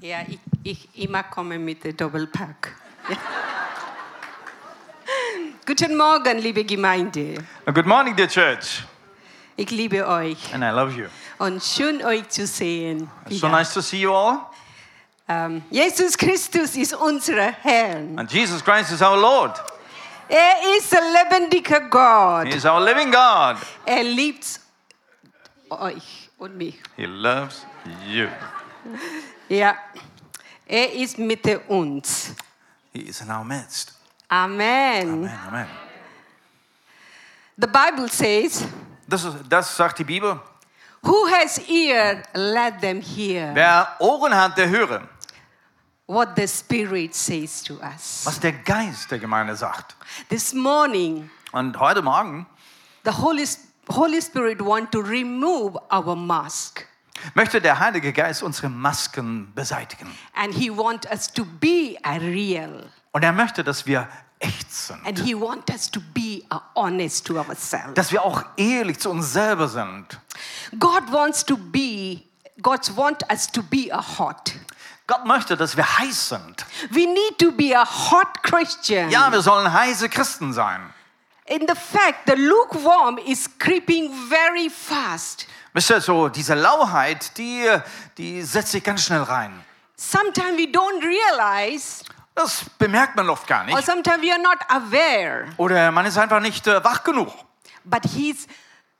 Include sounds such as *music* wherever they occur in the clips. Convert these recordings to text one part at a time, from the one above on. Ja, ich, ich immer komme mit dem Doppelpack. Ja. Guten Morgen, liebe Gemeinde. Now, good morning, dear church, Ich liebe euch and I love you. und schön euch zu sehen. It's so wieder. nice to see you all. Ähm, Jesus Christus ist unser Herr. And Jesus Christ is our Lord. Er ist ein lebendiger He Gott. is our living God. Er liebt euch und mich. He loves you. Ja, er ist mit uns. He is in our midst. Amen. Amen, amen. The Bible says, Das, ist, das sagt die Bibel. Who has ear, let them hear Wer Ohren hat, der höre, what the Spirit says to us. was der Geist der Gemeinde sagt. This morning, Und heute Morgen the Holy, Holy Spirit want to remove our mask möchte der Heilige Geist unsere Masken beseitigen. and he want us to be a real Und er möchte, dass wir echt sind. and he want us to be a honest to ourselves. Dass wir auch ehrlich zu uns selber sind. God wants to be God want us to be a hot. Gott möchte, dass wir heiß sind. We need to be a hot Christian. Ja, wir sollen heiße Christen sein. In the fact, the lukewarm is creeping very fast. Wisst ihr, so diese Lauheit, die, die setzt sich ganz schnell rein. Sometimes we don't realize, Das bemerkt man oft gar or nicht. sometimes we are not aware. Oder man ist einfach nicht äh, wach genug. But His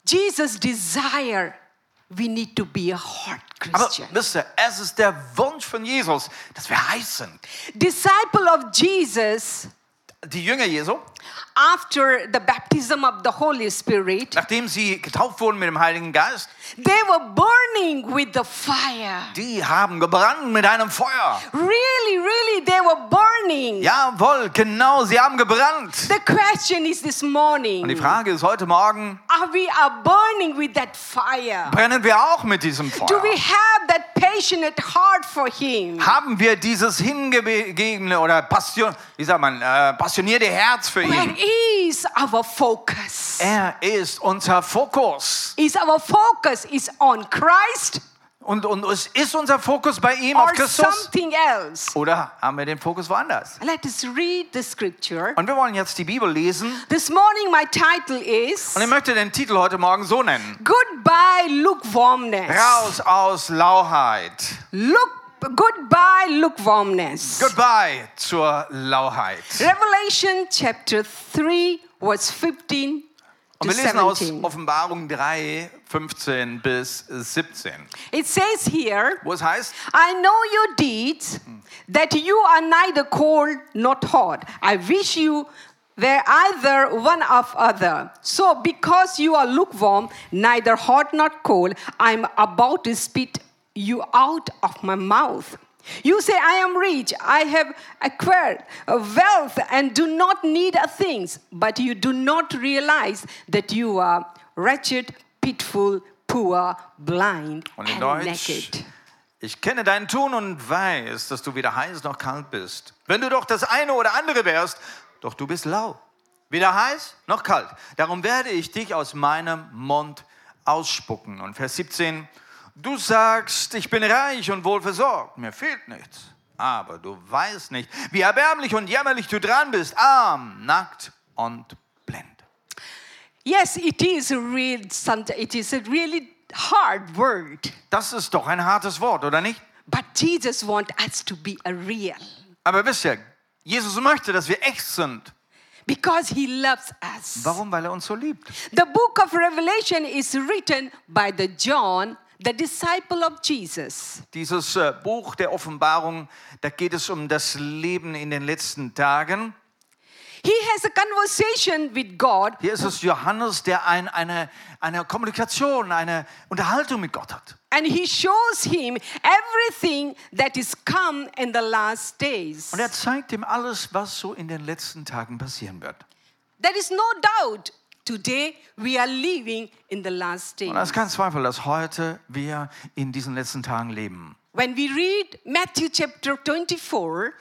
Jesus' desire, we need to be a hot Aber Christian. wisst ihr, es ist der Wunsch von Jesus, dass wir heiß sind. Disciple of Jesus, Die Jünger Jesu, after the baptism of the Holy Spirit, nachdem sie getauft wurden mit dem Heiligen Geist, they were burning with the fire. die haben gebrannt mit einem Feuer. Really, really, they were burning. Jawohl, genau, sie haben gebrannt. The question is this Und die morning Frage ist heute Morgen, are we are burning with that fire? brennen wir auch mit diesem Do Feuer? we have that passionate heart for Him? Haben wir dieses hingegebene oder passion, wie sagt man, äh, passionierte Herz für ihn? Where is our focus? Er ist unser Fokus. Is our focus is on Christ Und, und es ist unser Fokus bei ihm auf or Christus? something else? Oder haben wir den Fokus woanders? Let us read the scripture. Und wir wollen jetzt die Bibel lesen. This morning my title is Und ich möchte den Titel heute Morgen so nennen. Goodbye Lukewarmness. Raus aus Lauheit. Look goodbye lukewarmness. Goodbye zur Lauheit. Revelation chapter 3 verse 15 Und to wir lesen aus 17. Offenbarung 3, 15 bis 17. It says here, Wo es heißt, I know your deeds, that you are neither cold nor hot. I wish you were either one of other. So, because you are lukewarm, neither hot nor cold, I'm about to spit you out of my mouth. You say, I am rich, I have acquired wealth and do not need a thing, but you do not realize that you are wretched, pitiful, poor, blind, Und and in Deutsch, naked. Ich kenne dein Tun und weiß, dass du weder heiß noch kalt bist. Wenn du doch das eine oder andere wärst, doch du bist lau. Weder heiß noch kalt. Darum werde ich dich aus meinem Mund ausspucken. Und Vers 17. Du sagst, ich bin reich und wohl versorgt. Mir fehlt nichts. Aber du weißt nicht, wie erbärmlich und jämmerlich du dran bist. Arm, nackt und blind. Yes, it is a real. somet- It is a really hard word, Das ist doch ein hartes Wort, oder nicht? but Jesus wants us to be a real Aber wisst ihr, Jesus möchte, dass wir echt sind. because He loves us. Warum? Weil er uns so liebt. The book of Revelation is written by the John, the disciple of Jesus. Dieses äh, Buch der Offenbarung, da geht es um das Leben in den letzten Tagen. He has a conversation with God, Hier ist es Johannes, der ein, eine, eine Kommunikation, eine Unterhaltung mit Gott hat. and He shows him everything that is come in the last days. Und er zeigt ihm alles, was so in den letzten Tagen passieren wird. There is no doubt. Today we are living in the last days. Und da ist kein Zweifel, dass heute wir in diesen letzten Tagen leben. When we read Matthew chapter 24,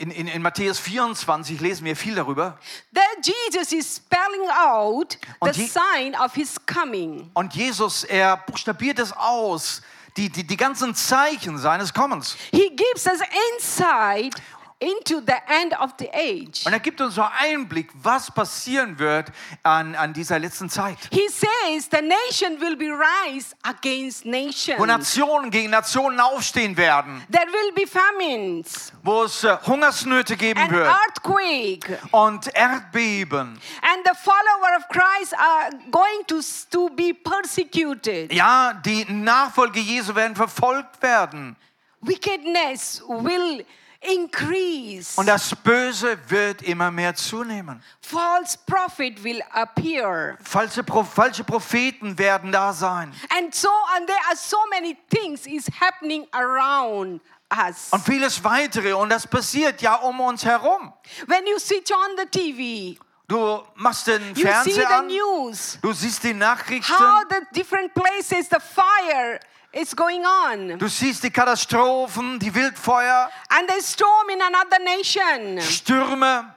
In, in, in Matthäus 24 lesen wir viel darüber. there Jesus is spelling out the Und Je- sign of his coming. Und Jesus, er buchstabiert es aus, die, die, die ganzen Zeichen seines Kommens. He gives us insight into the end of the age. Und er gibt uns so Einblick, was passieren wird an, an dieser letzten Zeit. He says the nation will be rise against nation. Wo Nationen gegen Nationen aufstehen werden, There will be famines wo es äh, Hungersnöte geben and wird earthquake. und Erdbeben. And the follower of Christ are going to, to be persecuted. Ja, die Nachfolge Jesu werden verfolgt werden Wickedness will increase. und das Böse wird immer mehr zunehmen. False prophet will appear. Falsche, Pro falsche Propheten werden da sein. And so and there are so many things is happening around us. Und vieles weitere und das passiert ja um uns herum. When you switch on the TV, Du machst den you see Fernseher the an, news. du siehst die Nachrichten, How the different places the fire is going on. du siehst die Katastrophen, die Wildfeuer, And the storm in another nation. Stürme,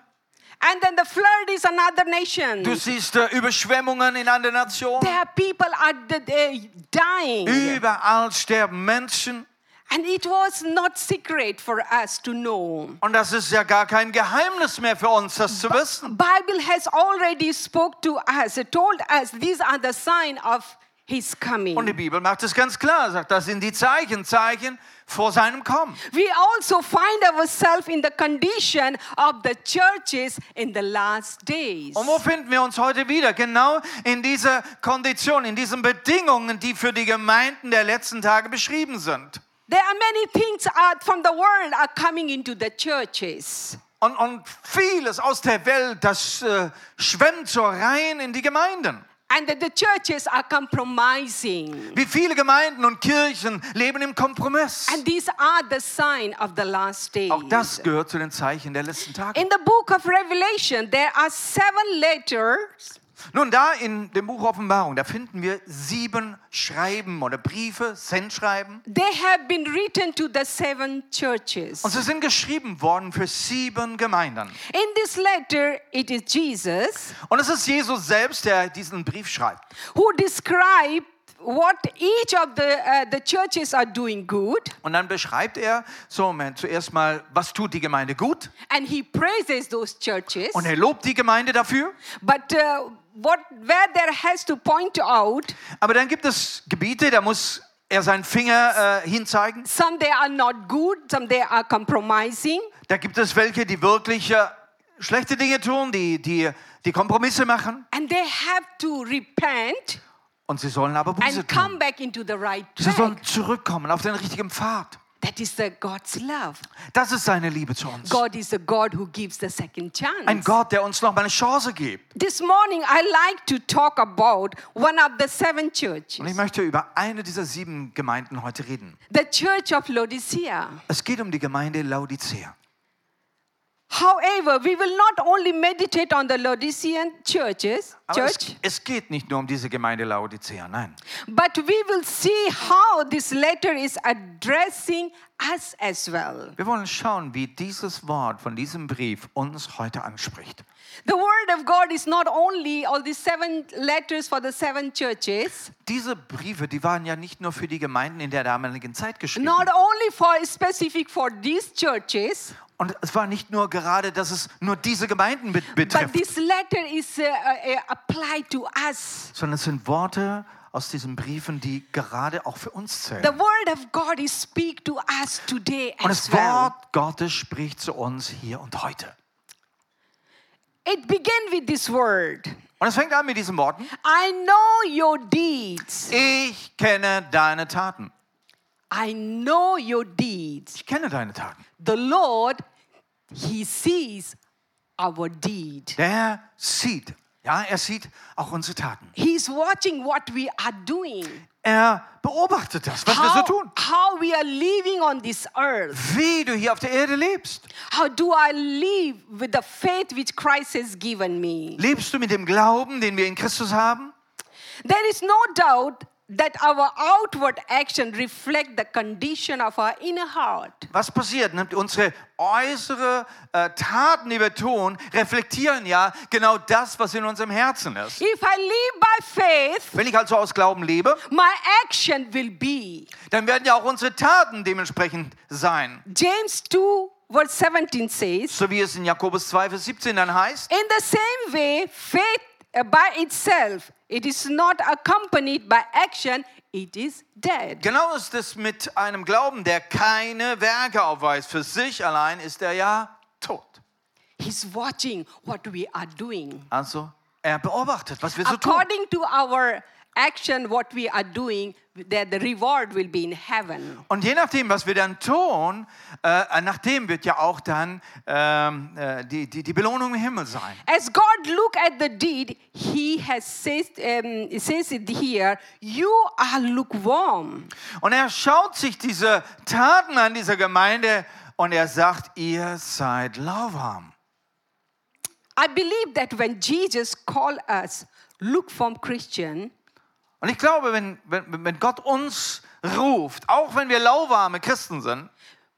And then the flood is another nation. du siehst äh, Überschwemmungen in anderen Nationen. There people are d- d- dying. Überall sterben Menschen And it was not secret for us to know. und das ist ja gar kein Geheimnis mehr für uns, das zu wissen. Bible has already spoke to us, told us these are the sign of his coming. Und die Bibel macht es ganz klar, sagt, das sind die Zeichen, Zeichen vor seinem Kommen. We also find ourselves in the condition of the churches in the last days. Und wo finden wir uns heute wieder? Genau in dieser Kondition, in diesen Bedingungen, die für die Gemeinden der letzten Tage beschrieben sind. There are many things are, from the world are coming into the churches. Und, und vieles aus der Welt, das äh, schwemmt so rein in die Gemeinden. And that the churches are compromising. Wie viele Gemeinden und Kirchen leben im Kompromiss. And these are the sign of the last days. Auch das gehört zu den Zeichen der letzten Tage. In the book of Revelation, there are seven letters Nun, da in dem Buch Offenbarung, da finden wir sieben Schreiben oder Briefe, Sendschreiben. They have been written to the seven churches. Und sie sind geschrieben worden für sieben Gemeinden. In this letter, it is Jesus Und es ist Jesus selbst, der diesen Brief schreibt. who described what each of the, uh, the churches are doing good, Und dann beschreibt er, so Moment, zuerst mal, was tut die Gemeinde gut? and he praises those churches. Und er lobt die Gemeinde dafür. But uh, what, where there has to point out, Aber dann gibt es Gebiete, da muss er seinen Finger äh, hinzeigen. some they are not good, some they are compromising, Da gibt es welche, die wirklich äh, schlechte Dinge tun, die, die, die Kompromisse machen. and they have to repent Und sie sollen aber Buße and come tun. back into the right Sie track. sollen zurückkommen auf den richtigen Pfad. That is the God's love. Das ist seine Liebe zu uns. God is a God who gives the second chance. Ein Gott, der uns nochmal eine Chance gibt. This morning, I like to talk about one of the seven Und ich churches, möchte über eine dieser sieben Gemeinden heute reden. the church of Laodicea. Es geht um die Gemeinde Laodicea. However, we will not only meditate on the Laodicean churches, Aber es, church, es geht nicht nur um diese Gemeinde Laodicea, nein. but we will see how this letter is addressing us as well. Wir wollen schauen, wie dieses Wort von diesem Brief uns heute anspricht. The word of God is not only all these seven letters for the seven churches, Diese Briefe, die waren ja nicht nur für die Gemeinden in der damaligen Zeit geschrieben. not only for specific for these churches, Und es war nicht nur gerade, dass es nur diese Gemeinden bet- but betrifft, this letter is uh, uh, applied to us. sondern es sind Worte aus diesen Briefen, die gerade auch für uns The zählen. word of God is speak to us today Und as das well. Wort Gottes spricht zu uns hier und heute. It begin with this word. Und es fängt an mit diesen Worten. I know your deeds. Ich kenne deine Taten. I know your deeds. Ich kenne deine Taten. The Lord, He sees our deed. Der Herr sieht. Ja, er sieht auch unsere Taten. He's watching what we are doing. Er beobachtet das, was wir so How, tun. how we are living on this earth. Wie du hier auf der Erde lebst. How do I live with the faith which Christ has given me? Lebst du mit dem Glauben, den wir in Christus haben? There is no doubt that our outward action reflect the condition of our inner heart. Was passiert? Nimmt unsere äußere äh, Taten, die wir tun, reflektieren ja genau das, was in unserem Herzen ist. If I live by faith, Wenn ich also aus Glauben lebe, my action will be. dann werden ja auch unsere Taten dementsprechend sein. James 2 verse 17 says, So wie es in Jakobus 2, Vers 17 dann heißt. In the same way, faith uh, by itself, it is not accompanied by action, it is dead. Genau ist es mit einem Glauben, der keine Werke aufweist. Für sich allein ist er ja tot. He's watching what we are doing. Also er beobachtet, was wir so tun. According to our action, what we are doing, that the reward will be in heaven. Und je nachdem, was wir dann tun, äh, nachdem wird ja auch dann ähm, äh, die, die, die Belohnung im Himmel sein. As God look at the deed, He has says, um, it says it here, you are lukewarm. Und er schaut sich diese Taten an dieser Gemeinde und er sagt, ihr seid lauwarm. I believe that when Jesus called us lukewarm Christian, Und ich glaube, wenn, wenn, wenn Gott uns ruft, auch wenn wir lauwarme Christen sind,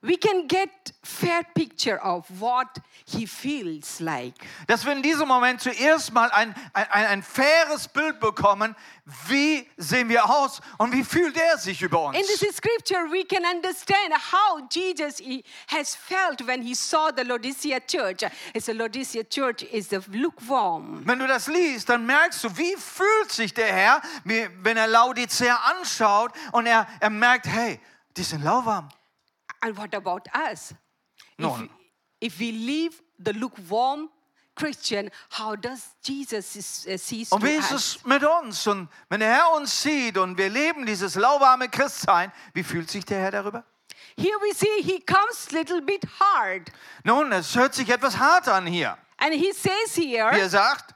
we can get fair picture of what he feels like dass wir in diesem Moment zuerst mal ein, ein, ein, ein faires Bild bekommen, wie sehen wir aus und wie fühlt er sich über uns. in this scripture we can understand how jesus he has felt when he saw the laodicea church it's a laodicea church is the lukewarm Wenn du das liest, dann merkst du, wie fühlt sich der Herr, wie- wenn er Laodicea anschaut und er, er merkt, hey, die sind lauwarm. and what about us No. if, if we leave the lukewarm christian how does jesus is- uh, sees Und to wie ist us? es mit uns? Und wenn der Herr uns sieht und wir leben dieses lauwarme Christsein, wie fühlt sich der Herr darüber? here we see he comes little bit hard Nun, es hört sich etwas hart an hier. and he says here Wie er sagt,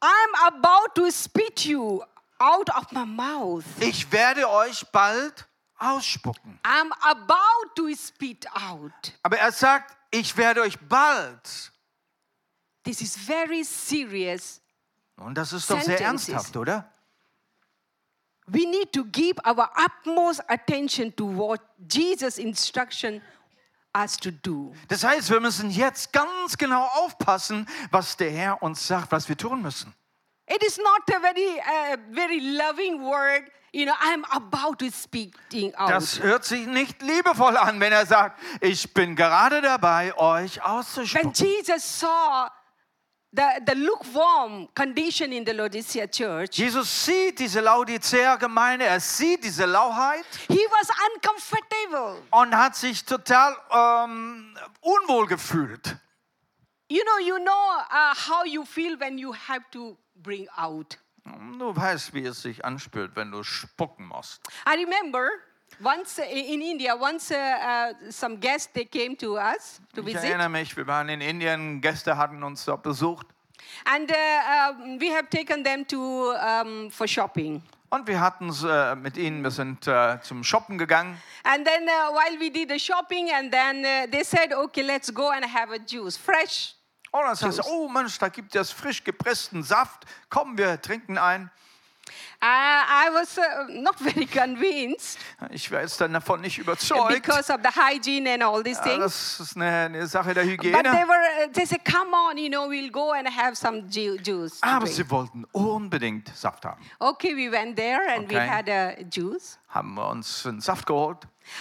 I'm about to spit you out of my mouth. ich werde euch bald ausspucken. I'm about to spit out. Aber er sagt, ich werde euch bald. This is very serious. Und das ist doch sehr Sentences. ernsthaft, oder? We need to give our utmost attention to what Jesus' instruction us to do. Das heißt, wir müssen jetzt ganz genau aufpassen, was der Herr uns sagt, was wir tun müssen. It is not a very, uh, very loving word. You know, I'm about to speak out. Das hört sich nicht liebevoll an, wenn er sagt, ich bin gerade dabei, euch when auszuspucken. Jesus saw the, the lukewarm condition in the Laodicea church, Jesus sieht diese Laodicea-Gemeinde, er sieht diese Lauheit he was uncomfortable. und hat sich total ähm, unwohl gefühlt. You know, you know uh, how you feel when you have to bring out. Du weißt, wie es sich anspürt, wenn du spucken musst. I remember once uh, in India, once uh, uh, some guests they came to us to Ich visit, erinnere mich, wir waren in Indien, Gäste hatten uns dort besucht and uh, um, we have taken them to um, for shopping. und wir hatten es äh, mit ihnen, wir sind äh, zum Shoppen gegangen. And then uh, while we did the shopping, and then uh, they said, "Okay, let's go and have a juice, fresh." Oh, dann sagst du, oh Mensch, da gibt es frisch gepressten Saft. Komm, wir trinken einen. Uh, I was uh, not *laughs* very convinced Ich war jetzt dann davon nicht überzeugt. because of the hygiene and all these Ja, things. das ist eine, eine Sache der But they Hygiene. were, uh, they said, come on, you know, we'll go and have some ju- juice. to Aber drink." sie wollten unbedingt Saft haben. Okay, we went there and we Okay. had a juice. Haben wir uns einen Saft geholt.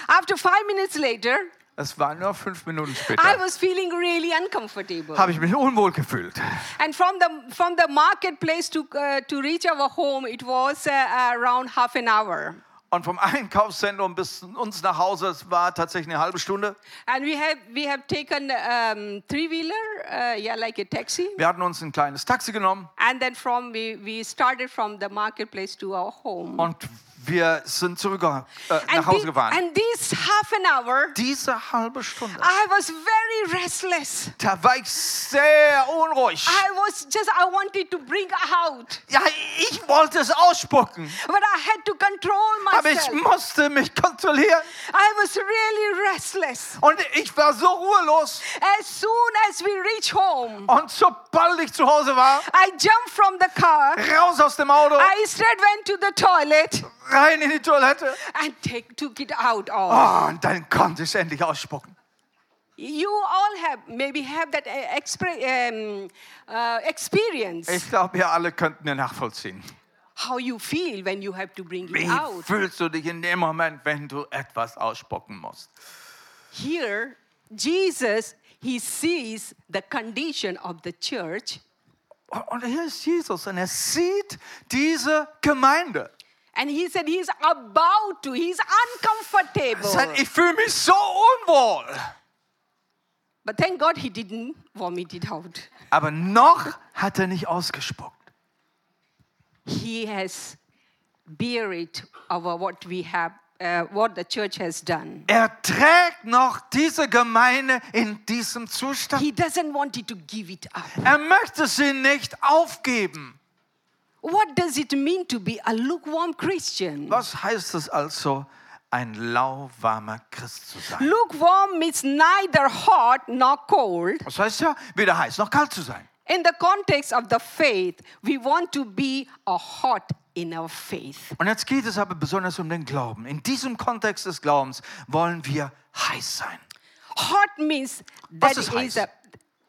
After five minutes later, Es war nur fünf Minuten I später. was feeling really uncomfortable. Habe ich mich unwohl gefühlt. And from the, from the marketplace to, uh, to reach our home, it was uh, around half an hour. Und vom Einkaufszentrum bis zu uns nach Hause, es war tatsächlich eine halbe Stunde. And we have, we have taken um, three-wheeler, uh, yeah, like a taxi. Wir hatten uns ein kleines Taxi genommen And then from we, we started from the marketplace to our home. und wir sind zurück äh, and, nach Hause thi- gefahren. and this half an hour, Diese halbe Stunde. I was very restless. Da war ich sehr unruhig. I was just, I wanted to bring out, Ja, ich wollte es ausspucken, but I had to control aber ich myself. musste mich kontrollieren I was really restless. und ich war so ruhelos. As soon as we reach home, Und so sobald ich zu Hause war, I jumped from the car. raus aus dem Auto, I straight went to the toilet rein in die Toilette. and take, took it out all. Oh, und dann konnte ich es endlich ausspucken. You all have maybe have that uh, expre- um, uh, experience Ich glaube, ihr alle könnt mir nachvollziehen. how you feel when you have to bring it Wie out. fühlst du dich in dem Moment, wenn du etwas ausspucken musst? Here, Jesus he sees the condition of the church Oh, Und hier ist Jesus und er sieht diese Gemeinde. and he said he's about to, he's Er sagt, uncomfortable. ich fühle mich so unwohl. But thank God he didn't vomit it out. Aber noch hat er nicht ausgespuckt. He has buried our what we have, uh, what the church has done. Er trägt noch diese Gemeinde in diesem Zustand. He doesn't want it to give it up. Er möchte sie nicht aufgeben. What does it mean to be a lukewarm Christian? Was heißt es also, ein lauwarmer Christ zu sein? Lukewarm means neither hot nor cold. Das heißt ja, weder heiß noch kalt zu sein. In the context of the faith, we want to be a hot in our faith. Und jetzt geht es aber besonders um den Glauben. In diesem Kontext des Glaubens wollen wir heiß sein. Hot means that Was ist is heiß? a,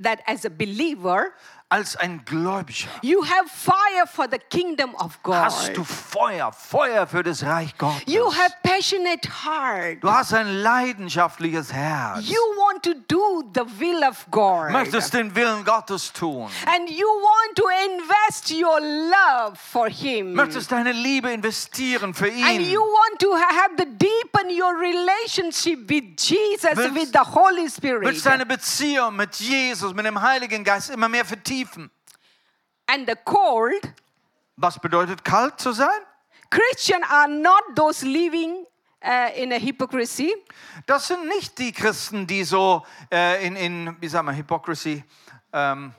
that as a believer, Als ein Gläubiger you have fire for the kingdom of hast God. du Feuer, Feuer für das Reich Gottes. You have passionate heart. Du hast ein leidenschaftliches Herz. You want to do the will of God. möchtest den Willen Gottes tun. And you want to invest your love for him. Möchtest deine Liebe investieren für And you ihn. want to ha- have the deepen your relationship with Jesus, Willst- with the Holy Spirit. Willst deine Beziehung mit Jesus, mit dem Heiligen Geist immer mehr vertiefen. And the cold Was bedeutet kalt zu sein? Christian are not those living uh, in a hypocrisy. Das sind nicht die Christen, die so äh, in, in, wie sagen wir, Hypocrisy, ähm,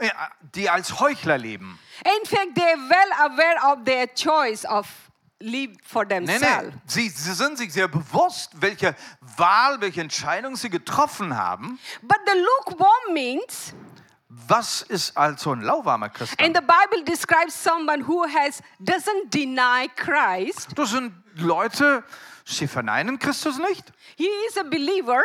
ja, die als Heuchler leben. In fact, they are well aware of their choice of live for Nein, themselves. nein. Sie, sie sind sich sehr bewusst, welche Wahl, welche Entscheidung sie getroffen haben. But the lukewarm means, Was ist also ein lauwarmer Christ? and the Bible describes someone who has doesn't deny Christ. Das sind Leute, sie verneinen Christus nicht. He is a believer,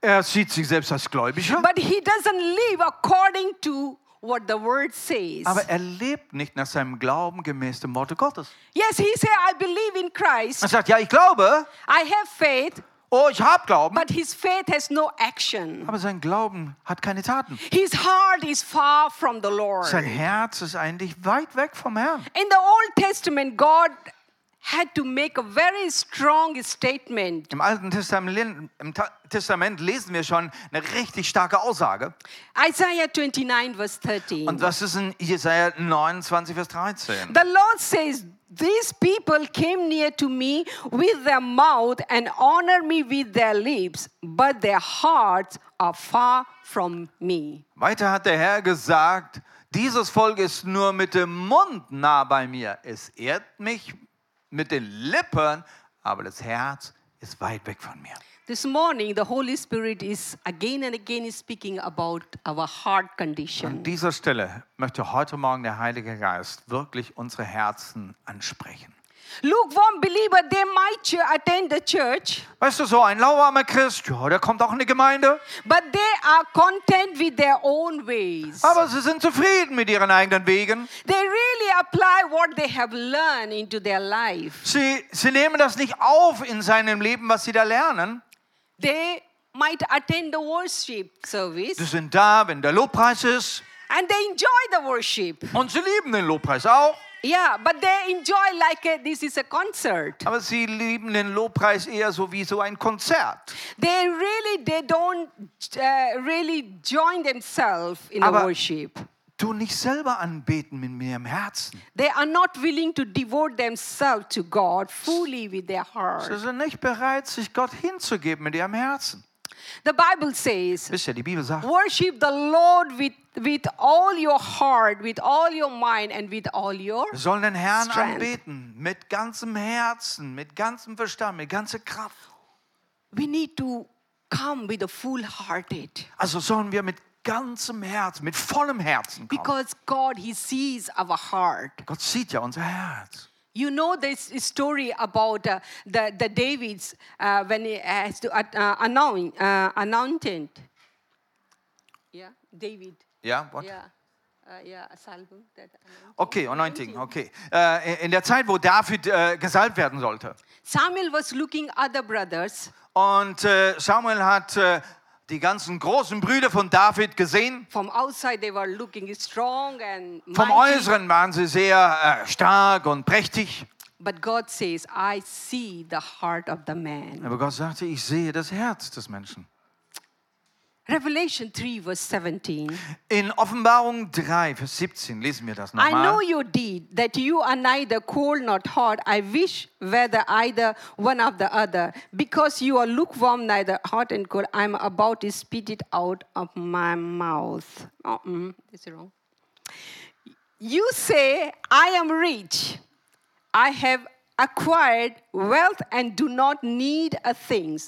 Er sieht sich selbst als Gläubiger, but he doesn't live according to what the word says. aber er lebt nicht nach seinem Glauben gemäß dem Worte Gottes. Yes, he said, I believe in Christ. Er sagt, ja, ich glaube, I have faith, oh, ich habe Glauben, but his faith has no action. aber sein Glauben hat keine Taten. His heart is far from the Lord. Sein Herz ist eigentlich weit weg vom Herrn. In the Old Testament, God had to make a very strong statement. Im Alten Testament, im Ta- Testament lesen wir schon eine richtig starke Aussage. Isaiah 29, verse 13. Und das ist in Jesaja 29, Vers 13. The Lord says, These people came near to me with their mouth and honor me with their lips, but their hearts are far from me. Weiter hat der Herr gesagt, dieses Volk ist nur mit dem Mund nah bei mir. Es ehrt mich mit den Lippen, aber das Herz ist weit weg von mir. This morning, the Holy Spirit is again and again is speaking about our heart An condition. dieser Stelle möchte heute Morgen der Heilige Geist wirklich unsere Herzen ansprechen. Lukewarm believer, they might ch- attend the church, Weißt du, so ein lauwarmer Christ, ja, der kommt auch in die Gemeinde, but they are content with their own ways. aber sie sind zufrieden mit ihren eigenen Wegen. They really apply what they have learned into their life. Sie, sie nehmen das nicht auf in seinem Leben, was sie da lernen. They might attend the worship service Sie sind da, wenn der Lobpreis ist and they enjoy the worship. und sie lieben den Lobpreis auch. Yeah, but they enjoy like a, this is a concert. Aber sie lieben den Lobpreis eher so wie so ein Konzert. They really they don't uh, really join themselves in the Aber- worship. Du nicht selber anbeten mit mir im Herzen. They are not willing to devote themselves to God fully with their Sie heart. sind nicht bereit, sich Gott hinzugeben mit ihrem Herzen. The Bible says, Wisst ihr, die Bibel sagt, worship the Lord with, with all your heart, with all your mind, and with all your. wir sollen den Herrn Strength. anbeten mit ganzem Herzen, mit ganzem Verstand, mit ganzer Kraft. We need to come with a full hearted. Also sollen wir mit ganzem Herzen, mit vollem Herzen kommen. Because God, He sees our heart. Gott sieht ja unser Herz. You know this story about uh, the, the David's uh, when he has to uh, uh, anoint, uh, anoint it. Yeah, David. Ja, what? Yeah. Uh, yeah, Salbung. That anointing. Okay, anointing, okay. Äh, in der Zeit, wo David äh, gesalbt werden sollte. Samuel was looking other brothers Und äh, Samuel hat äh, die ganzen großen Brüder von David gesehen. from outside. They were looking strong and Vom mighty. Äußeren waren sie sehr äh, stark und prächtig. But God says, "I see the heart of the man." Aber Gott sagte, ich sehe das Herz des Menschen. Revelation three verse seventeen. In Offenbarung 3, Vers 17 lesen wir das I know nochmal. your deed, that you are neither cold nor hot. I wish whether either one of the other, because you are lukewarm, neither hot and cold. I'm about to spit it out of my mouth. Oh, mm, this is wrong. You say, I am rich. I have acquired wealth and do not need a thing.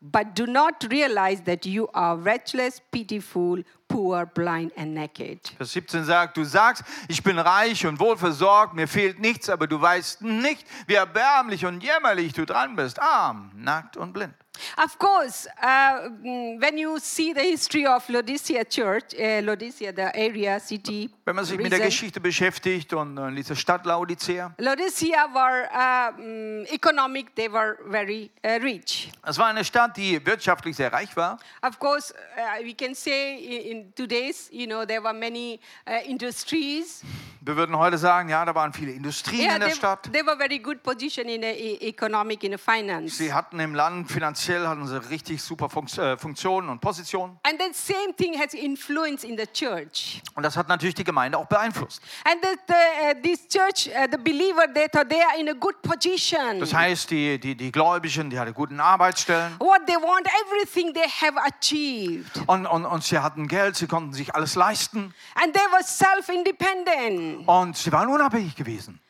But do not realize that you are wretched, pitiful, poor, blind, and naked. Vers 17 sagt, du sagst, ich bin reich und wohlversorgt, mir fehlt nichts, aber du weißt nicht, wie erbärmlich und jämmerlich du dran bist, arm, nackt und blind. Of course, uh, mm, when you see the history of Laodicea Church, uh, Laodicea, the area, city, Wenn man sich mit der region, Geschichte beschäftigt und äh, dieser Stadt Laodicea, Laodicea were uh, mm, economic; they were very uh, rich. es war eine Stadt, die wirtschaftlich sehr reich war. Of course, uh, we can say in, in today's, you know, there were many uh, industries. Wir würden heute sagen, ja, da waren viele Industrien in der they, Stadt. they were very good position in the e- economic, in the finance. Sie hatten im Land finanziell hatten sie richtig super Funkt äh, Funktionen und Positionen. And that same thing has influence in the church. Und das hat natürlich die Gemeinde auch beeinflusst. And that the, uh, this church, uh, the believer, they thought they are in a good position. Das heißt, die, die, die Gläubigen, die hatten guten Arbeitsstellen what they want, everything they have achieved. und, und, und sie hatten Geld, sie konnten sich alles leisten And they were self independent. und sie waren unabhängig gewesen.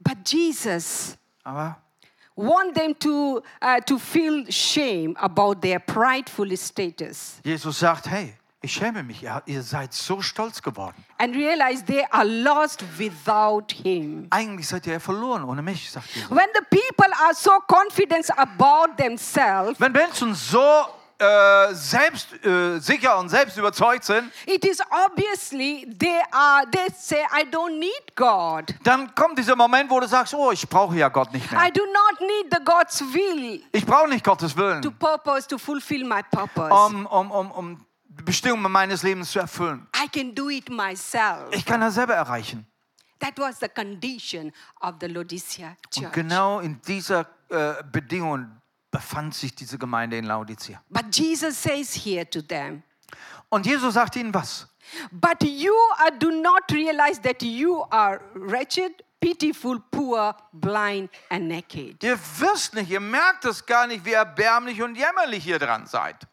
But Jesus Aber want them to, uh, to feel shame about their prideful status Jesus sagt, hey, ich schäme mich, ihr, ihr seid so stolz geworden. and realize they are lost without Him. Eigentlich seid ihr ja verloren ohne mich, sagt Jesus. When the people are so confident about themselves, Wenn Menschen so äh, selbst äh, sicher und selbst überzeugt sind, it is obviously they are they say, I don't need God. dann kommt dieser Moment, wo du sagst, oh, ich brauche ja Gott nicht mehr. I do not need the God's will Ich brauche nicht Gottes to Willen, purpose to fulfill my purpose. um, um, um, um die Bestimmungen meines Lebens zu erfüllen. I can do it myself. Ich kann das selber erreichen. That was the condition of the Laodicea Und church. genau in dieser äh, Bedingung befand sich diese Gemeinde in Laodicea. But Jesus says here to them, Und Jesus sagt ihnen was? But you uh, do not realize that you are wretched, pitiful, poor, blind, and naked. Ihr wisst nicht, ihr merkt es gar nicht, wie erbärmlich und jämmerlich ihr dran seid.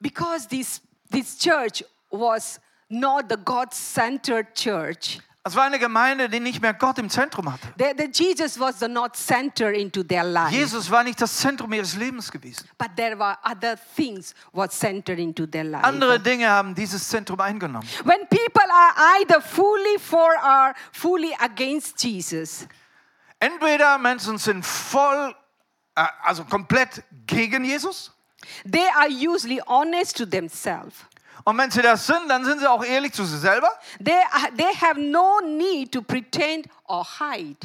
Because this, this church was not the God centered church. Es war eine Gemeinde, die nicht mehr Gott im Zentrum hatte. The, the Jesus was the not center into their life. Jesus war nicht das Zentrum ihres Lebens gewesen. But there were other things was centered into their life. Andere Dinge haben dieses Zentrum eingenommen. When people are either fully for or fully against Jesus, Entweder Menschen sind voll, äh, also komplett gegen Jesus. they are usually honest to themselves. Und wenn sie das sind, dann sind sie auch ehrlich zu sich selber. They, are, they have no need to pretend or hide.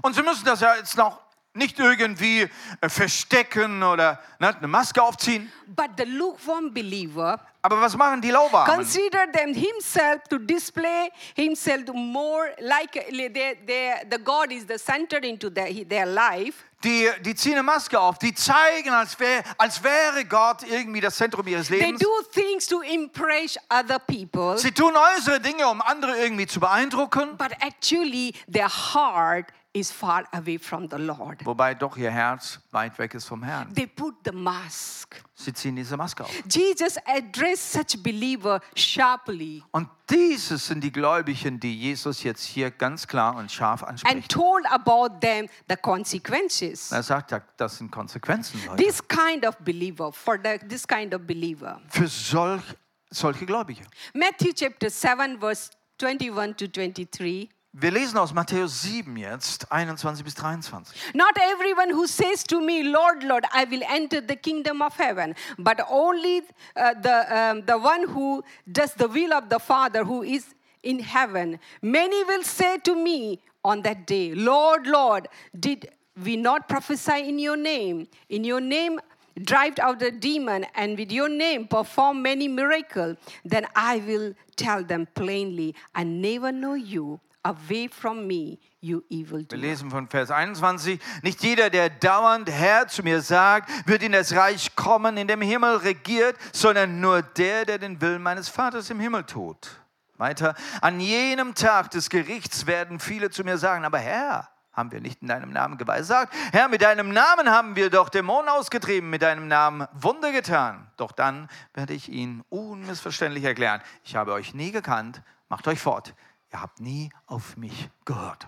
Und sie müssen das ja jetzt noch nicht irgendwie äh, verstecken oder ne, eine Maske aufziehen. But the lukewarm believer Aber was machen die Lauwarmen? consider them himself to display himself more like they, they, the God is the center into their, their life. Die, die ziehen eine Maske auf. Die zeigen, als, wär, als wäre Gott irgendwie das Zentrum ihres They Lebens. do things to impress other people, Sie tun äußere Dinge, um andere irgendwie zu beeindrucken. but actually their heart is far away from the Lord. Wobei doch ihr Herz weit weg ist vom Herrn. They put the mask. Sie ziehen diese Maske auf. Jesus addressed such believer sharply Und dieses sind die Gläubigen, die Jesus jetzt hier ganz klar und scharf and anspricht. told about them the consequences. Er sagt, ja, das sind Konsequenzen, Leute. This kind of believer, for the, this kind of believer. Für solch, solche Gläubige. Matthew chapter 7, verse 21 to 23. Wir lesen aus Matthäus 7 jetzt, 21 bis 23. Not everyone who says to me, Lord, Lord, I will enter the kingdom of heaven, but only uh, the, um, the one who does the will of the Father who is in heaven. Many will say to me on that day, Lord, Lord, did we not prophesy in your name? In your name, drive out the demon and with your name perform many miracles then i will tell them plainly i never know you away from me you evil Wir lesen von Vers 21. Nicht jeder, der dauernd Herr zu mir sagt, wird in das Reich kommen, in dem Himmel regiert, sondern nur der, der den Willen meines Vaters im Himmel tut. Weiter. An jenem Tag des Gerichts werden viele zu mir sagen, aber Herr, haben wir nicht in deinem Namen geweissagt? Herr, mit deinem Namen haben wir doch Dämonen ausgetrieben, mit deinem Namen Wunder getan. Doch dann werde ich ihnen unmissverständlich erklären, ich habe euch nie gekannt, macht euch fort. Ihr habt nie auf mich gehört.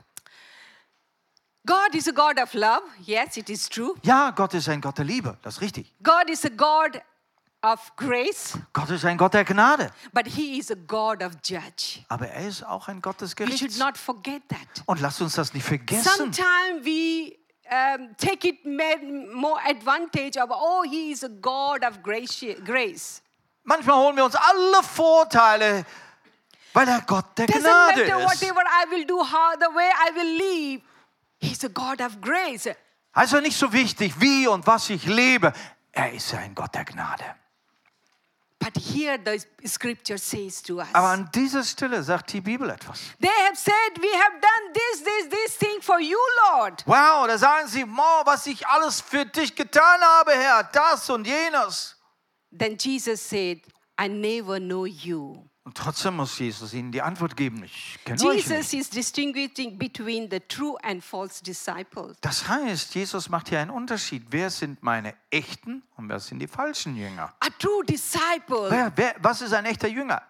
God is a God of love. Yes, it is true. Ja, Gott ist ein Gott der Liebe, das ist richtig. God is a God of grace, Gott ist ein Gott der Gnade, but He is a God of judge. aber er ist auch ein Gott des We should Gerichts. not forget that. Und lasst uns das nicht vergessen. Sometimes we um, take it ma- more advantage of, oh, He is a God of grace. grace. Manchmal holen wir uns alle Vorteile, weil er Gott der Doesn't Gnade matter ist. whatever I will do, how the way I will live. He's a God of grace. Also nicht so wichtig, wie und was ich lebe. Er ist ein Gott der Gnade. But here the scripture says to us. Aber an dieser Stelle sagt die Bibel etwas. they have said, We have done this, this, this thing for you, Lord. Wow, da sagen sie, wow, was ich alles für dich getan habe, Herr, das und jenes. Then Jesus said, I never know you. Und trotzdem muss Jesus ihnen die Antwort geben. Ich kenne euch nicht. Jesus is distinguishing between the true and false disciples. Das heißt, Jesus macht hier einen Unterschied. Wer sind meine echten und wer sind die falschen Jünger? A true disciple, Wer, wer, was ist ein echter Jünger?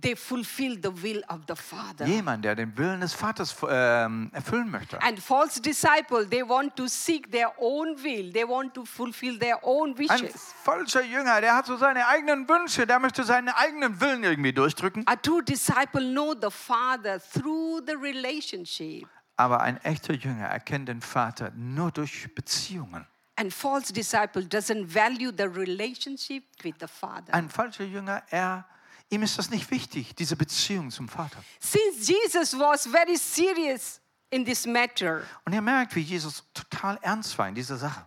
they fulfill the will of the Father. Jemand, der den Willen des Vaters ähm, erfüllen möchte. And false disciple, they want to seek their own will. They want to fulfill their own Ein wishes. falscher Jünger, der hat so seine eigenen Wünsche, der möchte seinen eigenen Willen irgendwie durchdrücken. A true disciple know the Father through the relationship. Aber ein echter Jünger erkennt den Vater nur durch Beziehungen. And false disciple doesn't value the relationship with the Father. Ein falscher Jünger, er, ihm ist das nicht wichtig, diese Beziehung zum Vater. Since Jesus was very serious in this matter, Und ihr merkt, wie Jesus total ernst war in dieser Sache.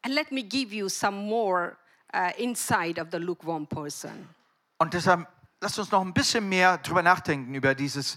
And let me give you some more uh, insight of the lukewarm person. Und deshalb lasst uns noch ein bisschen mehr drüber nachdenken, über dieses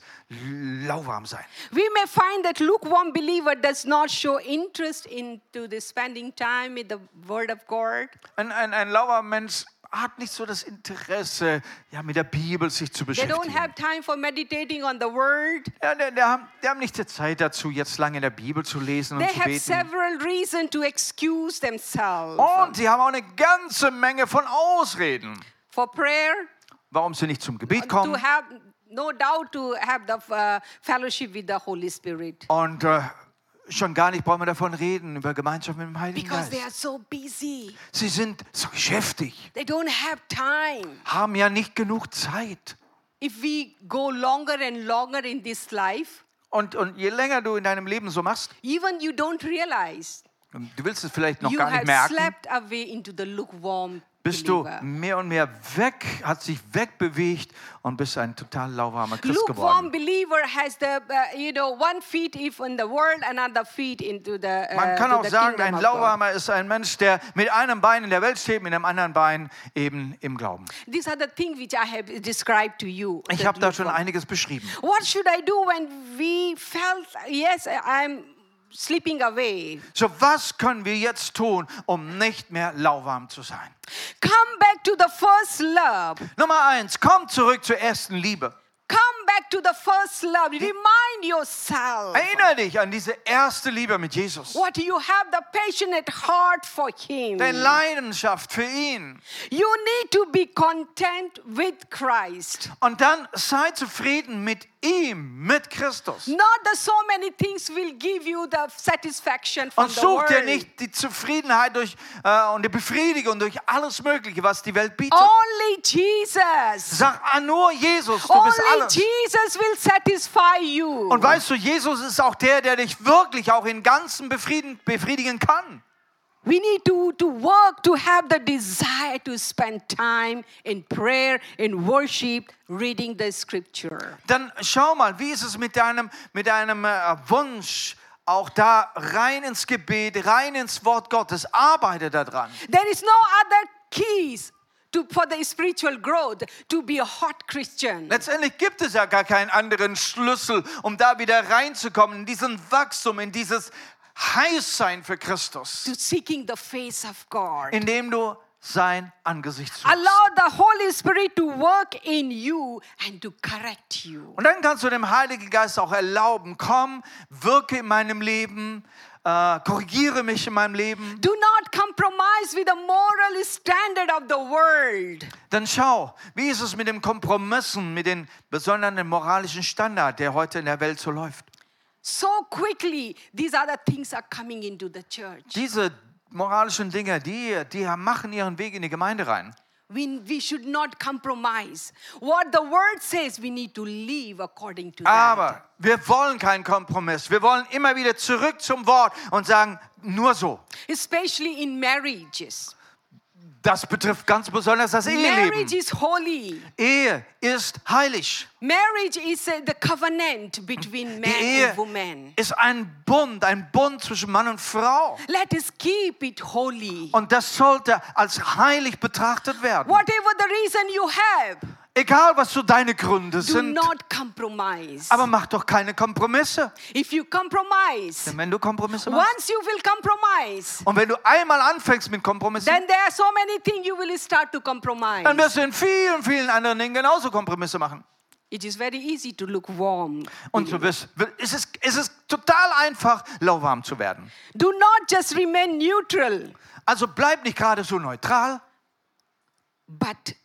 Lauwarmsein. We may find that lukewarm believer does not show interest into the spending time with the word of God. Ein, ein, ein lauwarmer Mensch hat nicht so das Interesse, ja, mit der Bibel sich zu They don't beschäftigen. have time for meditating on the word. Ja, der, der, haben- die haben nicht die Zeit dazu, jetzt lange in der Bibel zu lesen und They zu have beten. several reasons to excuse themselves Und sie haben auch eine ganze Menge von Ausreden, for prayer, warum sie nicht zum Gebet to kommen. have no doubt to have the uh, fellowship with the Holy Spirit. Und äh, schon gar nicht brauchen wir davon reden, über Gemeinschaft mit dem Heiligen Because they are Geist. so busy. Sie sind so geschäftig, They don't have time. haben ja nicht genug Zeit. if we go longer and longer in this life, Und, und je länger du in deinem Leben so machst, even you don't realize du willst es vielleicht noch you gar nicht have merken, slept away into the lukewarm bist du believer. mehr und mehr weg, hat sich wegbewegt und bist ein total lauwarmer Christ Lukewarm geworden. believer has the uh, you know one feet if in the world, another feet into the. Uh, Man kann to auch the sagen, kingdom ein of God. Lauwarmer ist ein Mensch, der mit einem Bein in der Welt steht, mit dem anderen Bein eben im Glauben. These are the things which I have described to you. Ich that habe da schon lukewarm. einiges beschrieben. What should I do when we felt yes I'm slipping away? So, was können wir jetzt tun, um nicht mehr lauwarm zu sein? Come back to the first love. Oh Nummer eins, komm zurück zur ersten Liebe. Come back to the first love. Remind yourself Erinnere dich an diese erste Liebe mit Jesus. what you have the passionate heart for Him. Deine Leidenschaft für ihn. You need to be content with Christ. Und dann sei zufrieden mit ihm, mit Christus. Not that so many things will give you the satisfaction from Und the such world. dir nicht die Zufriedenheit durch, äh, und die Befriedigung durch alles Mögliche, was die Welt bietet. Only Jesus. Sag ah, nur Jesus, du bist Only alles. Jesus will satisfy you. Und weißt du, Jesus ist auch der, der dich wirklich auch in Ganzen befrieden, befriedigen kann. We need to, to work to have the desire to spend time in prayer, in worship, reading the scripture. Dann schau mal, wie ist es mit deinem, mit deinem äh, Wunsch, auch da rein ins Gebet, rein ins Wort Gottes, arbeite daran. There is no other keys to, for the spiritual growth to be a hot Christian. Letztendlich gibt es ja gar keinen anderen Schlüssel, um da wieder reinzukommen, in diesen Wachstum, in dieses Heißsein für Christus, to seeking the face of God. indem du sein Angesicht suchst. Allow the Holy Spirit to work in you and to correct you. Und dann kannst du dem Heiligen Geist auch erlauben, komm, wirke in meinem Leben, äh, korrigiere mich in meinem Leben. Do not compromise with the moral standard of the world. Dann schau, wie ist es mit den Kompromissen, mit den besonderen den moralischen Standard, der heute in der Welt so läuft. So quickly, these other things are coming into the church. Diese moralischen Dinge, die, die machen ihren Weg in die Gemeinde rein. We, we should not compromise. What the word says, we need to live according to that. Aber wir wollen keinen Kompromiss. Wir wollen immer wieder zurück zum Wort und sagen, nur so. Especially in marriages. Das betrifft ganz besonders das Marriage Eheleben. is holy. Ehe ist heilig. Marriage is uh, the covenant between Die man Ehe and woman. ist ein Bund, ein Bund zwischen Mann und Frau. Let us keep it holy. Und das sollte als heilig betrachtet werden. Whatever the reason you have, Egal, was so deine Gründe do sind. not compromise. Aber mach doch keine Kompromisse. If you compromise, Denn wenn du Kompromisse machst once you will compromise, und wenn du einmal anfängst mit Kompromissen, then there are so many things you will start to compromise. dann wirst du in vielen, vielen anderen Dingen genauso Kompromisse machen. It is very easy to look warm. Und so wirst, wird- es ist es ist total einfach, lauwarm zu werden. Do not just remain neutral, Also bleib nicht gerade so neutral, but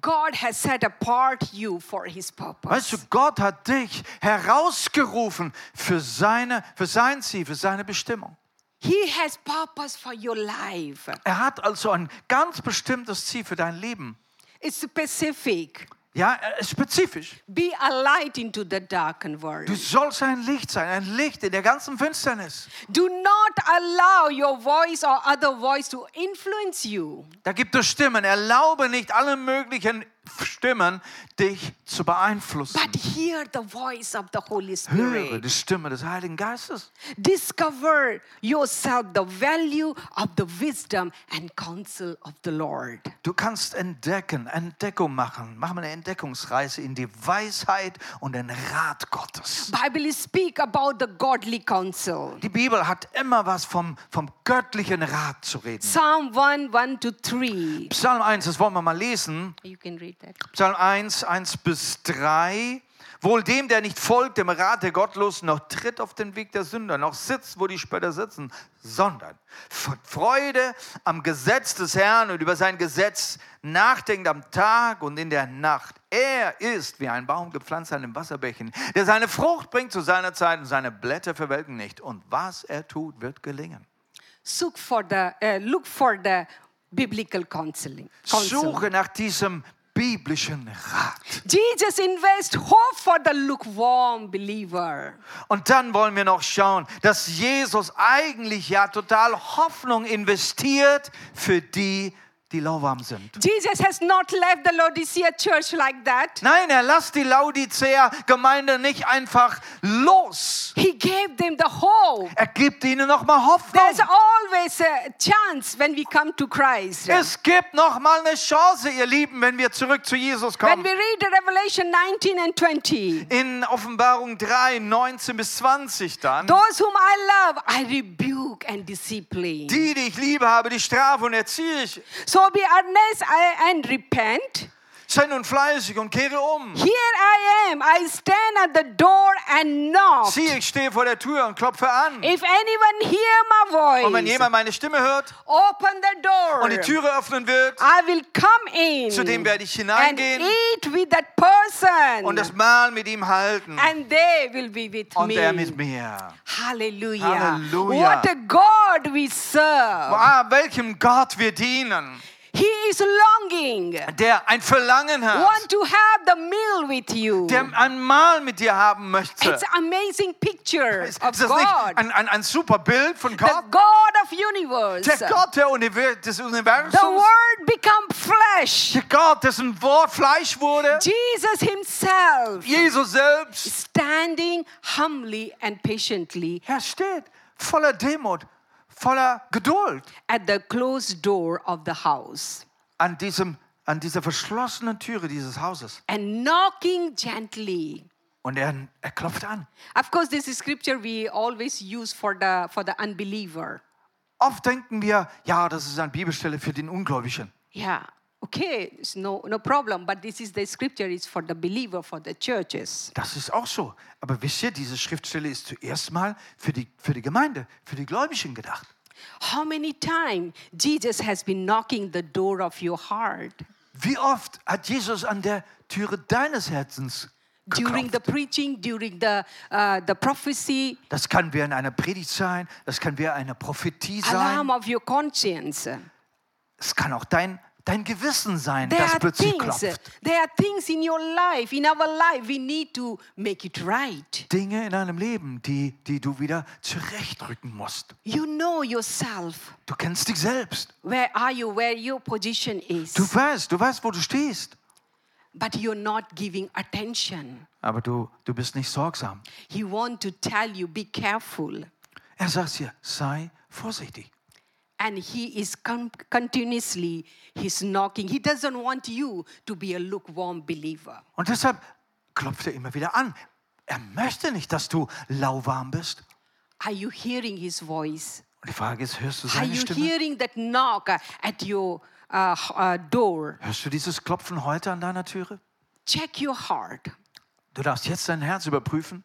God has set apart you for His Weißt purpose. du, Gott hat dich herausgerufen für, seine, für sein Ziel, für seine Bestimmung. He has purpose for your life. Er hat also ein ganz bestimmtes Ziel für dein Leben. It's specific. Ja, er ist spezifisch. Be a light into the darkened world. Du sollst ein Licht sein, ein Licht in der ganzen Finsternis. Do not allow your voice or other voice to influence you. Da gibt es Stimmen. Erlaube nicht allen möglichen Stimmen, dich zu beeinflussen. But hear the voice of the Holy Höre Spirit. die Stimme des Heiligen Geistes. Discover yourself the value of the wisdom and counsel of the Lord. Du kannst entdecken, Entdeckung machen. Mach mal eine Entdeckungsreise in die Weisheit und den Rat Gottes. Bible speak about the godly counsel. Die Bibel hat immer was vom, vom göttlichen Rat zu reden. Psalm 1, 1 to 3. Psalm 1, das wollen wir mal lesen. You can read that. Psalm 1, 1 bis 3. Wohl dem, der nicht folgt dem Rat der Gottlosen, noch tritt auf den Weg der Sünder, noch sitzt, wo die Spötter sitzen, sondern von Freude am Gesetz des Herrn und über sein Gesetz nachdenkt am Tag und in der Nacht. Er ist wie ein Baum gepflanzt an dem Wasserbächen, der seine Frucht bringt zu seiner Zeit und seine Blätter verwelken nicht. Und was er tut, wird gelingen. Look for the, uh, look for the biblical counseling. counsel. Suche nach diesem biblischen Rat. Jesus invests hope for the lukewarm believer. Und dann wollen wir noch schauen, dass Jesus eigentlich ja total Hoffnung investiert für die, die lauwarm sind. Jesus has not left the Laodicea church like that. Nein, er lässt die Laodicea-Gemeinde nicht einfach los. He gave them the hope. Er gibt ihnen nochmal Hoffnung. There's always a chance when we come to Christ. Es gibt nochmal eine Chance, ihr Lieben, wenn wir zurück zu Jesus When kommen. we read Revelation 19 and 20, In Offenbarung 3, 19 bis 20 dann. those whom I love, I rebuke and discipline. Die, die ich liebe, habe die Strafe und erziehe ich. So be earnest and repent. Sei nun fleißig und kehre um. Here I am. I stand at the door and knock. Sieh, ich stehe vor der Tür und klopfe an. If anyone hear my Und wenn voice, jemand meine Stimme hört open the door. und die Türe öffnen wird, I will come in zu dem werde ich and hineingehen eat with that person. und das Mahl mit ihm halten. and they will be with Und me. er mit mir. Hallelujah. Hallelujah. What a God we serve. Ah, welchem Gott wir dienen, He is longing, der ein Verlangen hat, want to have the meal with you. der ein Mahl mit dir haben möchte. It's amazing picture Ist, of ist das nicht God. ein, ein, ein super Bild von The Gott? God of universe. Der Gott der Univer des The Universums. word become flesh. Der Gott, dessen Wort Fleisch wurde. Jesus himself Jesus selbst. standing humbly and patiently Er steht voller Demut, voller Geduld at the closed door of the house an, diesem, an dieser verschlossenen Türe dieses Hauses. and knocking gently. Und er, er klopft an. Of course, this is scripture we always use for the for the unbeliever. Oft denken wir, ja, das ist eine Bibelstelle für den Ungläubigen. Yeah. Okay, it's no no problem. But this is the scripture is for the believer, for the churches. Das ist auch so. Aber wisst ihr, diese Schriftstelle ist zuerst mal für die, für die Gemeinde, für die Gläubigen gedacht. How many times Jesus has been knocking the door of your heart Wie oft hat Jesus an der Türe deines Herzens during the geklopft? preaching, during the uh, the prophecy, Das kann während einer Predigt sein, das kann während einer Prophetie sein, alarm of your conscience. es kann auch dein, dein Gewissen sein, There das are plötzlich things. klopft. There are things in your life, in our life, we need to make it right. Dinge in deinem Leben, die, die du wieder zurechtrücken musst. You know yourself. Du kennst dich selbst. Where are you? Where your position is? Du weißt, du weißt, wo du stehst. but you're not giving attention. Aber du, du bist nicht sorgsam. He want to tell you be careful, Er sagt dir, sei vorsichtig. and he is con- continuously he's knocking. He doesn't want you to be a lukewarm believer. Und deshalb klopft er immer wieder an. Er möchte nicht, dass du lauwarm bist. Are you hearing his voice? Und die Frage ist, hörst du Are seine you Stimme? hearing that knock uh, at your uh, h- uh, door? Hörst du dieses Klopfen heute an deiner Türe? Check your heart, Du darfst jetzt dein Herz überprüfen,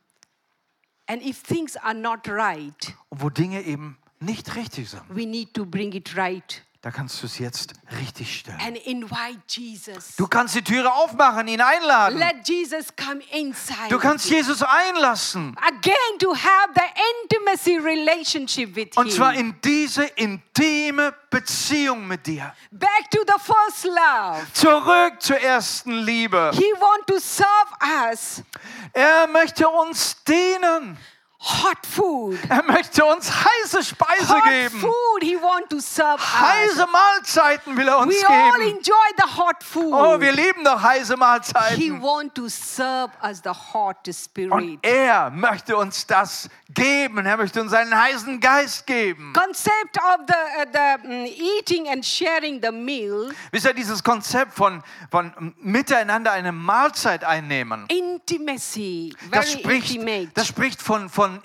and if things are not right, und wo Dinge eben nicht richtig sind. we need to bring it right Da kannst du es jetzt richtig stellen. and invite Jesus. Du kannst die Türe aufmachen, ihn einladen. Let Jesus come inside. Du kannst Jesus einlassen. again to have the intimacy relationship with Und zwar him in diese intime Beziehung mit dir. back to the first love Zurück zur ersten Liebe. he want to serve us Er möchte uns dienen. hot food Er möchte uns heiße Speise hot geben. food he want to serve us Heiße Mahlzeiten will er uns we all geben. enjoy the hot food Oh, wir lieben doch heiße he Mahlzeiten. want to serve us the hot spirit Und er möchte uns das geben. Er möchte uns seinen heißen Geist geben. concept of the, uh, the mm, eating and sharing the meal Wisst ihr, dieses Konzept von, von miteinander eine Mahlzeit einnehmen, intimacy das very spricht, intimate das spricht von, von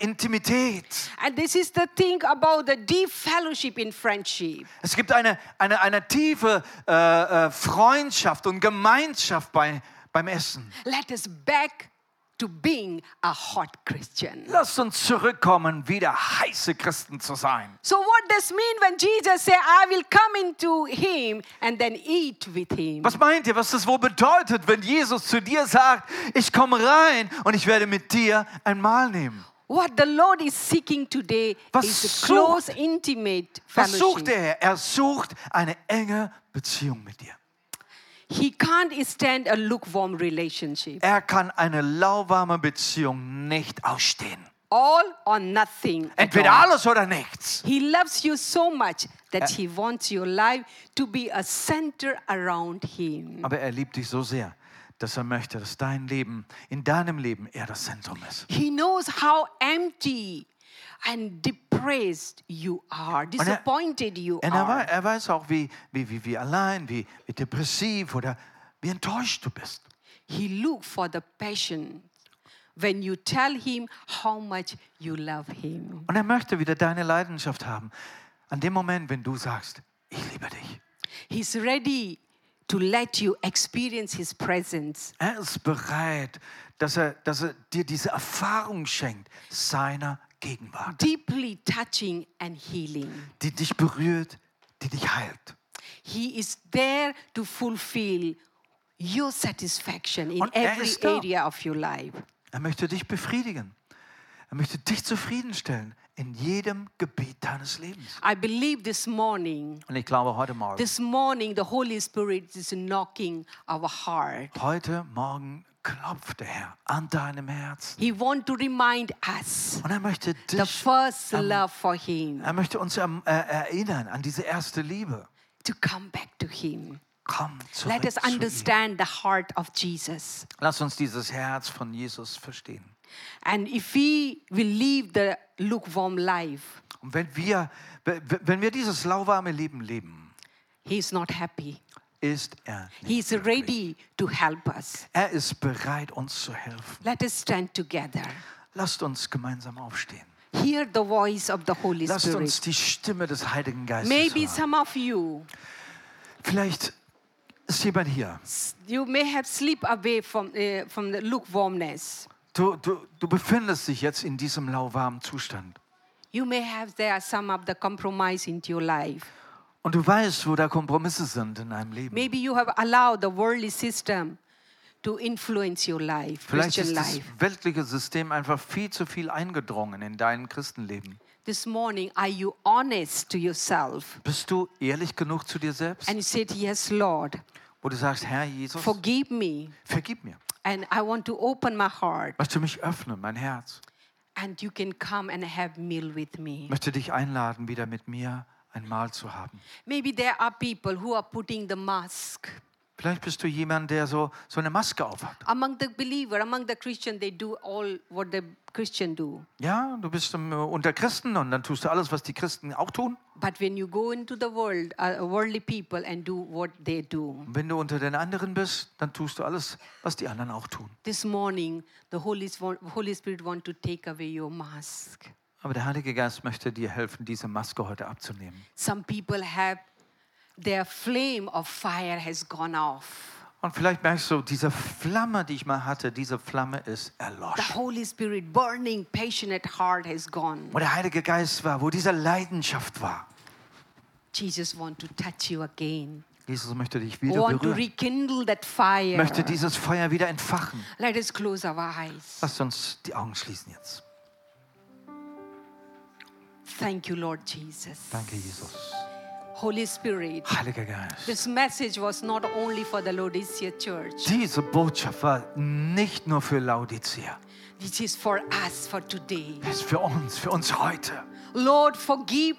Intimität. and this is the thing about the deep fellowship in friendship Es gibt eine, eine, eine tiefe äh, äh, Freundschaft und Gemeinschaft bei, beim Essen. Let us back to being a hot Christian. Lasst uns zurückkommen, wieder heiße Christen zu sein. So what does mean when Jesus say, I will come into him and then eat with him? Was meint ihr, was das wohl bedeutet, wenn Jesus zu dir sagt, ich komme rein und ich werde mit dir ein Mahl nehmen? What the Lord is seeking today Was is a sucht- close, intimate Was sucht fellowship. er? Er sucht eine enge Beziehung mit dir. He can't stand a lukewarm relationship. Er kann eine lauwarme Beziehung nicht ausstehen. All or nothing. at Entweder all. alles oder nichts. He loves you so much that he wants your life to be a center around him. Aber er liebt dich so sehr, dass er möchte, dass dein Leben, in deinem Leben er das Zentrum ist. He knows how empty and depressed you are, disappointed you Und er, wei- are. er weiß auch, wie, wie, wie, wie allein, wie, wie depressiv oder wie enttäuscht du bist. He looks for the passion when you tell him how much you love him. Und er möchte wieder deine Leidenschaft haben. An dem Moment, wenn du sagst, ich liebe dich. He's ready to let you experience His presence. Er ist bereit, dass er, dass er dir diese Erfahrung schenkt seiner Gegenwart, Deeply touching and healing. die dich berührt, die dich heilt. He is there to fulfill your satisfaction in Und er every ist da. area of your life. Er möchte dich befriedigen. Er möchte dich zufriedenstellen in jedem Gebiet deines Lebens. I believe this morning, Und ich glaube, heute Morgen, this morning, the Holy Spirit is knocking our heart. heute Morgen klopft der Herr an deinem Herzen. He wants to remind us Und er möchte the dich, first love for Him, er möchte uns ähm, äh, erinnern an diese erste Liebe. to come back to Him. Komm zurück Let us zu ihm. understand the heart of Jesus. Lass uns dieses Herz von Jesus verstehen. And if we will live the lukewarm life, Und wenn wir, w- w- wenn wir dieses lauwarme Leben leben, He is not happy. ist er He nicht is ready to help us. Er ist bereit, uns zu helfen. Let us stand together. Lasst uns gemeinsam aufstehen. Hear the voice of the Holy Lasst uns Spirit. die Stimme des Heiligen Geistes Maybe hören. some of you, Vielleicht ist jemand hier. you may have slipped away from, uh, from the lukewarmness. Du, du, du befindest dich jetzt in diesem lauwarmen Zustand. You may have there are some of the compromise into your life. Und du weißt, wo da Kompromisse sind in deinem Leben. Maybe you have allowed the worldly system to influence your life, Vielleicht Christian ist das life. weltliche System einfach viel zu viel eingedrungen in dein Christenleben. This morning, are you honest to yourself? Bist du ehrlich genug zu dir selbst, And you said, Yes, Lord, wo du sagst, Herr Jesus, forgive me. vergib mir. And I want to open my heart. Möchte mich öffnen, mein Herz. And you can come and have meal with me. Möchte dich einladen, wieder mit mir ein Mahl zu haben. Maybe there are people who are putting the mask. Vielleicht bist du jemand, der so, so eine Maske aufhat. Among the believer, among the Christian, they do all what the Christian do. Ja, du bist ähm, unter Christen und dann tust du alles, was die Christen auch tun. But when you go into the world, uh, worldly people, and do what they do, Und wenn du unter den anderen bist, dann tust du alles, was die anderen auch tun. this morning the Holy, Sw- Holy Spirit want to take away your mask. Aber der Heilige Geist möchte dir helfen, diese Maske heute abzunehmen. Some people have their flame of fire has gone off. Und vielleicht merkst du, diese Flamme, die ich mal hatte, diese Flamme ist The erloschen. Holy Spirit burning, passionate heart has gone. Wo der Heilige Geist war, wo diese Leidenschaft war. Jesus want to touch you again. Jesus möchte dich wieder Want to berühren. rekindle that fire. möchte dieses Feuer wieder entfachen. Let us close our eyes. Lasst uns die Augen schließen jetzt. Thank you, Lord Jesus. Danke, Jesus. Holy Spirit, Heiliger Geist. this message was not only for the Laodicea church. Diese Botschaft war nicht nur für Laodicea. This is for us for today. Es ist für uns, für uns heute. Lord, forgive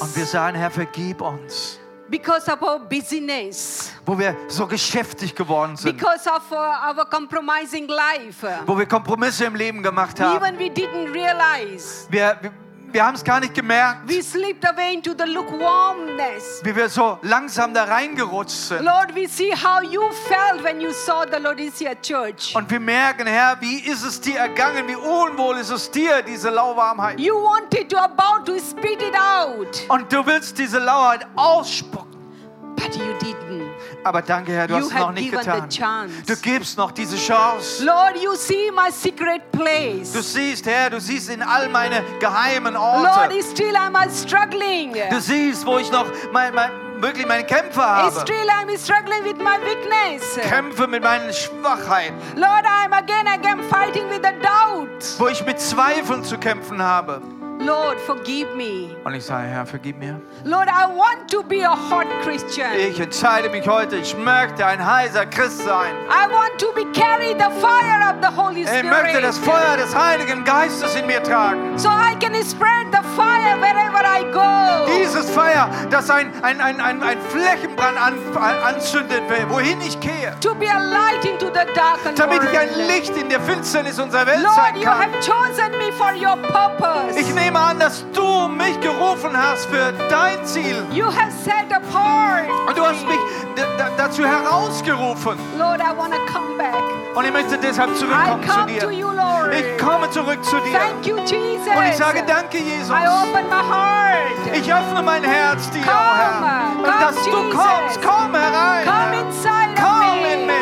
Und wir us sagen, Herr, vergib uns, because of our busyness, wo wir so geschäftig geworden sind, because of uh, our compromising life. wo wir Kompromisse im Leben gemacht haben. Even we didn't realize. Wir, wir, wir haben es gar nicht gemerkt, We slipped away into the lukewarmness. wie wir so langsam da reingerutscht sind. Lord, we see how you felt when you saw the Laodicea church. Und wir merken, Herr, wie ist es dir ergangen, wie unwohl ist es dir, diese Lauwarmheit. You wanted to about to spit it out, Und du willst diese Lauheit ausspucken. but you didn't. Aber danke, Herr, du You hast es have noch nicht given the getan. chance. Du gibst noch diese Chance. Lord, you see my secret Du place. siehst, Herr, du siehst in all meine geheimen Lord, Orte. still I'm struggling. Du siehst, wo ich noch mein, mein, wirklich meine Kämpfe habe. Still I'm struggling with my weakness. Kämpfe mit meinen Schwachheiten, Lord, I'm again again fighting with the doubt. wo ich mit Zweifeln zu kämpfen habe. Lord, forgive me. Und ich sage, Herr, vergib mir. Lord, I want to be a hot Christian. Ich entscheide mich heute, ich möchte ein heiser Christ sein. I want to be carry the fire of the Holy Ich möchte das Spirit. Feuer des Heiligen Geistes in mir tragen. So I can spread the fire wherever I go. Dieses Feuer, das ein, ein, ein, ein, ein Flächenbrand an, an, anzündet, wohin ich gehe. To be a light into the dark and damit ich ein Licht in der Finsternis unserer Welt Lord, sein you have kann. chosen me for your Ich purpose. nehme an, dass du mich gerufen hast für dein Ziel. You have set apart. Und du hast mich d- d- dazu herausgerufen. Lord, I want to come back. Und ich möchte deshalb I zurückkommen zu come to you, dir. Lord. Ich komme zurück zu dir. Thank you, Jesus. Und ich sage danke, Jesus. I open my heart. Ich öffne mein Herz dir, oh Komm, Herr. komm, Und dass du Jesus. kommst, komm herein. Come Herr. inside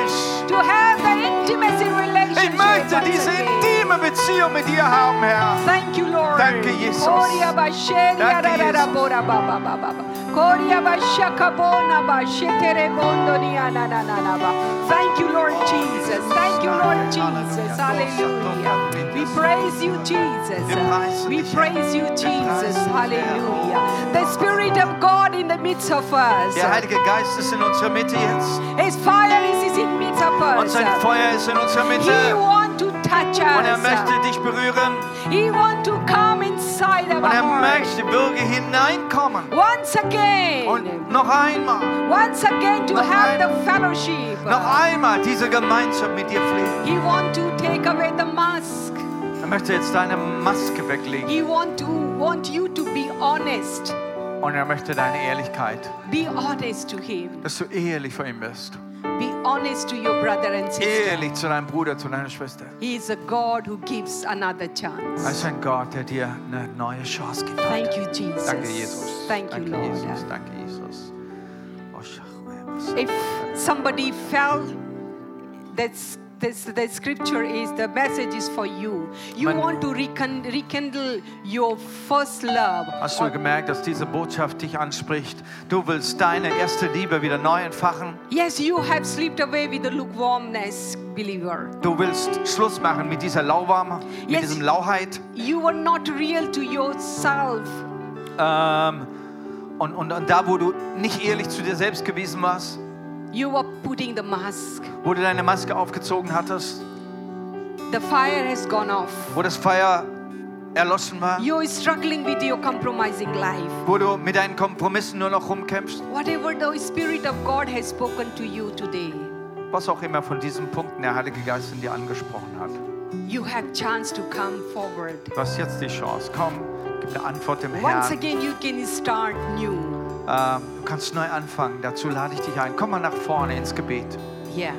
Beziehung mit dir haben, Herr. Thank you, Lord. Danke, Jesus. Koria basheria Danke, rarara Jesus. bora ba ba ba ba ba. Koria bashakabona bashetere bondo ni ana na na na ba. Thank you, Lord Oh, Jesus. Thank you, Lord Jesus. Hallelujah. We praise you, Jesus. Wir preisen We dich, Herr. praise you, Wir Jesus. preisen dich, Hallelujah. The Spirit of God in the midst of us. Der Heilige Geist ist in unserer Mitte jetzt. His fire is, is in the midst of Und us. sein Feuer ist in unserer He Mitte. wants to touch Und er us. möchte dich berühren. He wants to come inside of Und er our heart. möchte wirklich hineinkommen. Once again, Und noch einmal, once again to Noch have ein- the fellowship. noch einmal diese Gemeinschaft mit dir pflegen. He want to take away the mask. Er möchte jetzt deine Maske weglegen. He want to want you to be honest. Und er möchte deine Ehrlichkeit, Be honest to him. dass du ehrlich vor ihm bist. Be honest to your brother and sister. Ehrlich zu deinem Bruder, zu deiner Schwester. He is a God who gives another chance. Er ist ein Gott, der dir eine neue Chance gibt. heute. Thank you, Jesus. Danke, Jesus. Thank you, Danke, Lord. Jesus. Danke, Jesus. Oh, Schachwe, was- If somebody fell, that's this, the scripture is the message is for you. You Man- want to recon- rekindle your first love. Hast du gemerkt, dass diese Botschaft dich anspricht? Du willst deine erste Liebe wieder neu entfachen. Yes, you have slipped away with the lukewarmness, believer. Du willst Schluss machen mit dieser Lauwarm, mit Yes. diesem Lauheit. You were not real to yourself. Ähm, und, und, und da, wo du nicht ehrlich zu dir selbst gewesen warst, You were putting the mask. wo du deine Maske aufgezogen hattest, The fire has gone off. wo das Feuer erloschen war, You're struggling with your compromising life. wo du mit deinen Kompromissen nur noch rumkämpfst, Whatever the Spirit of God has spoken to you today, was auch immer von diesen Punkten der Heilige Geist in dir angesprochen hat. you have chance to come forward. Du hast jetzt die Chance. Komm, gib eine Antwort dem Once Herrn. again, you can start new. Ähm, du kannst neu anfangen. Dazu lade ich dich ein. Komm mal nach vorne ins Gebet. Yeah.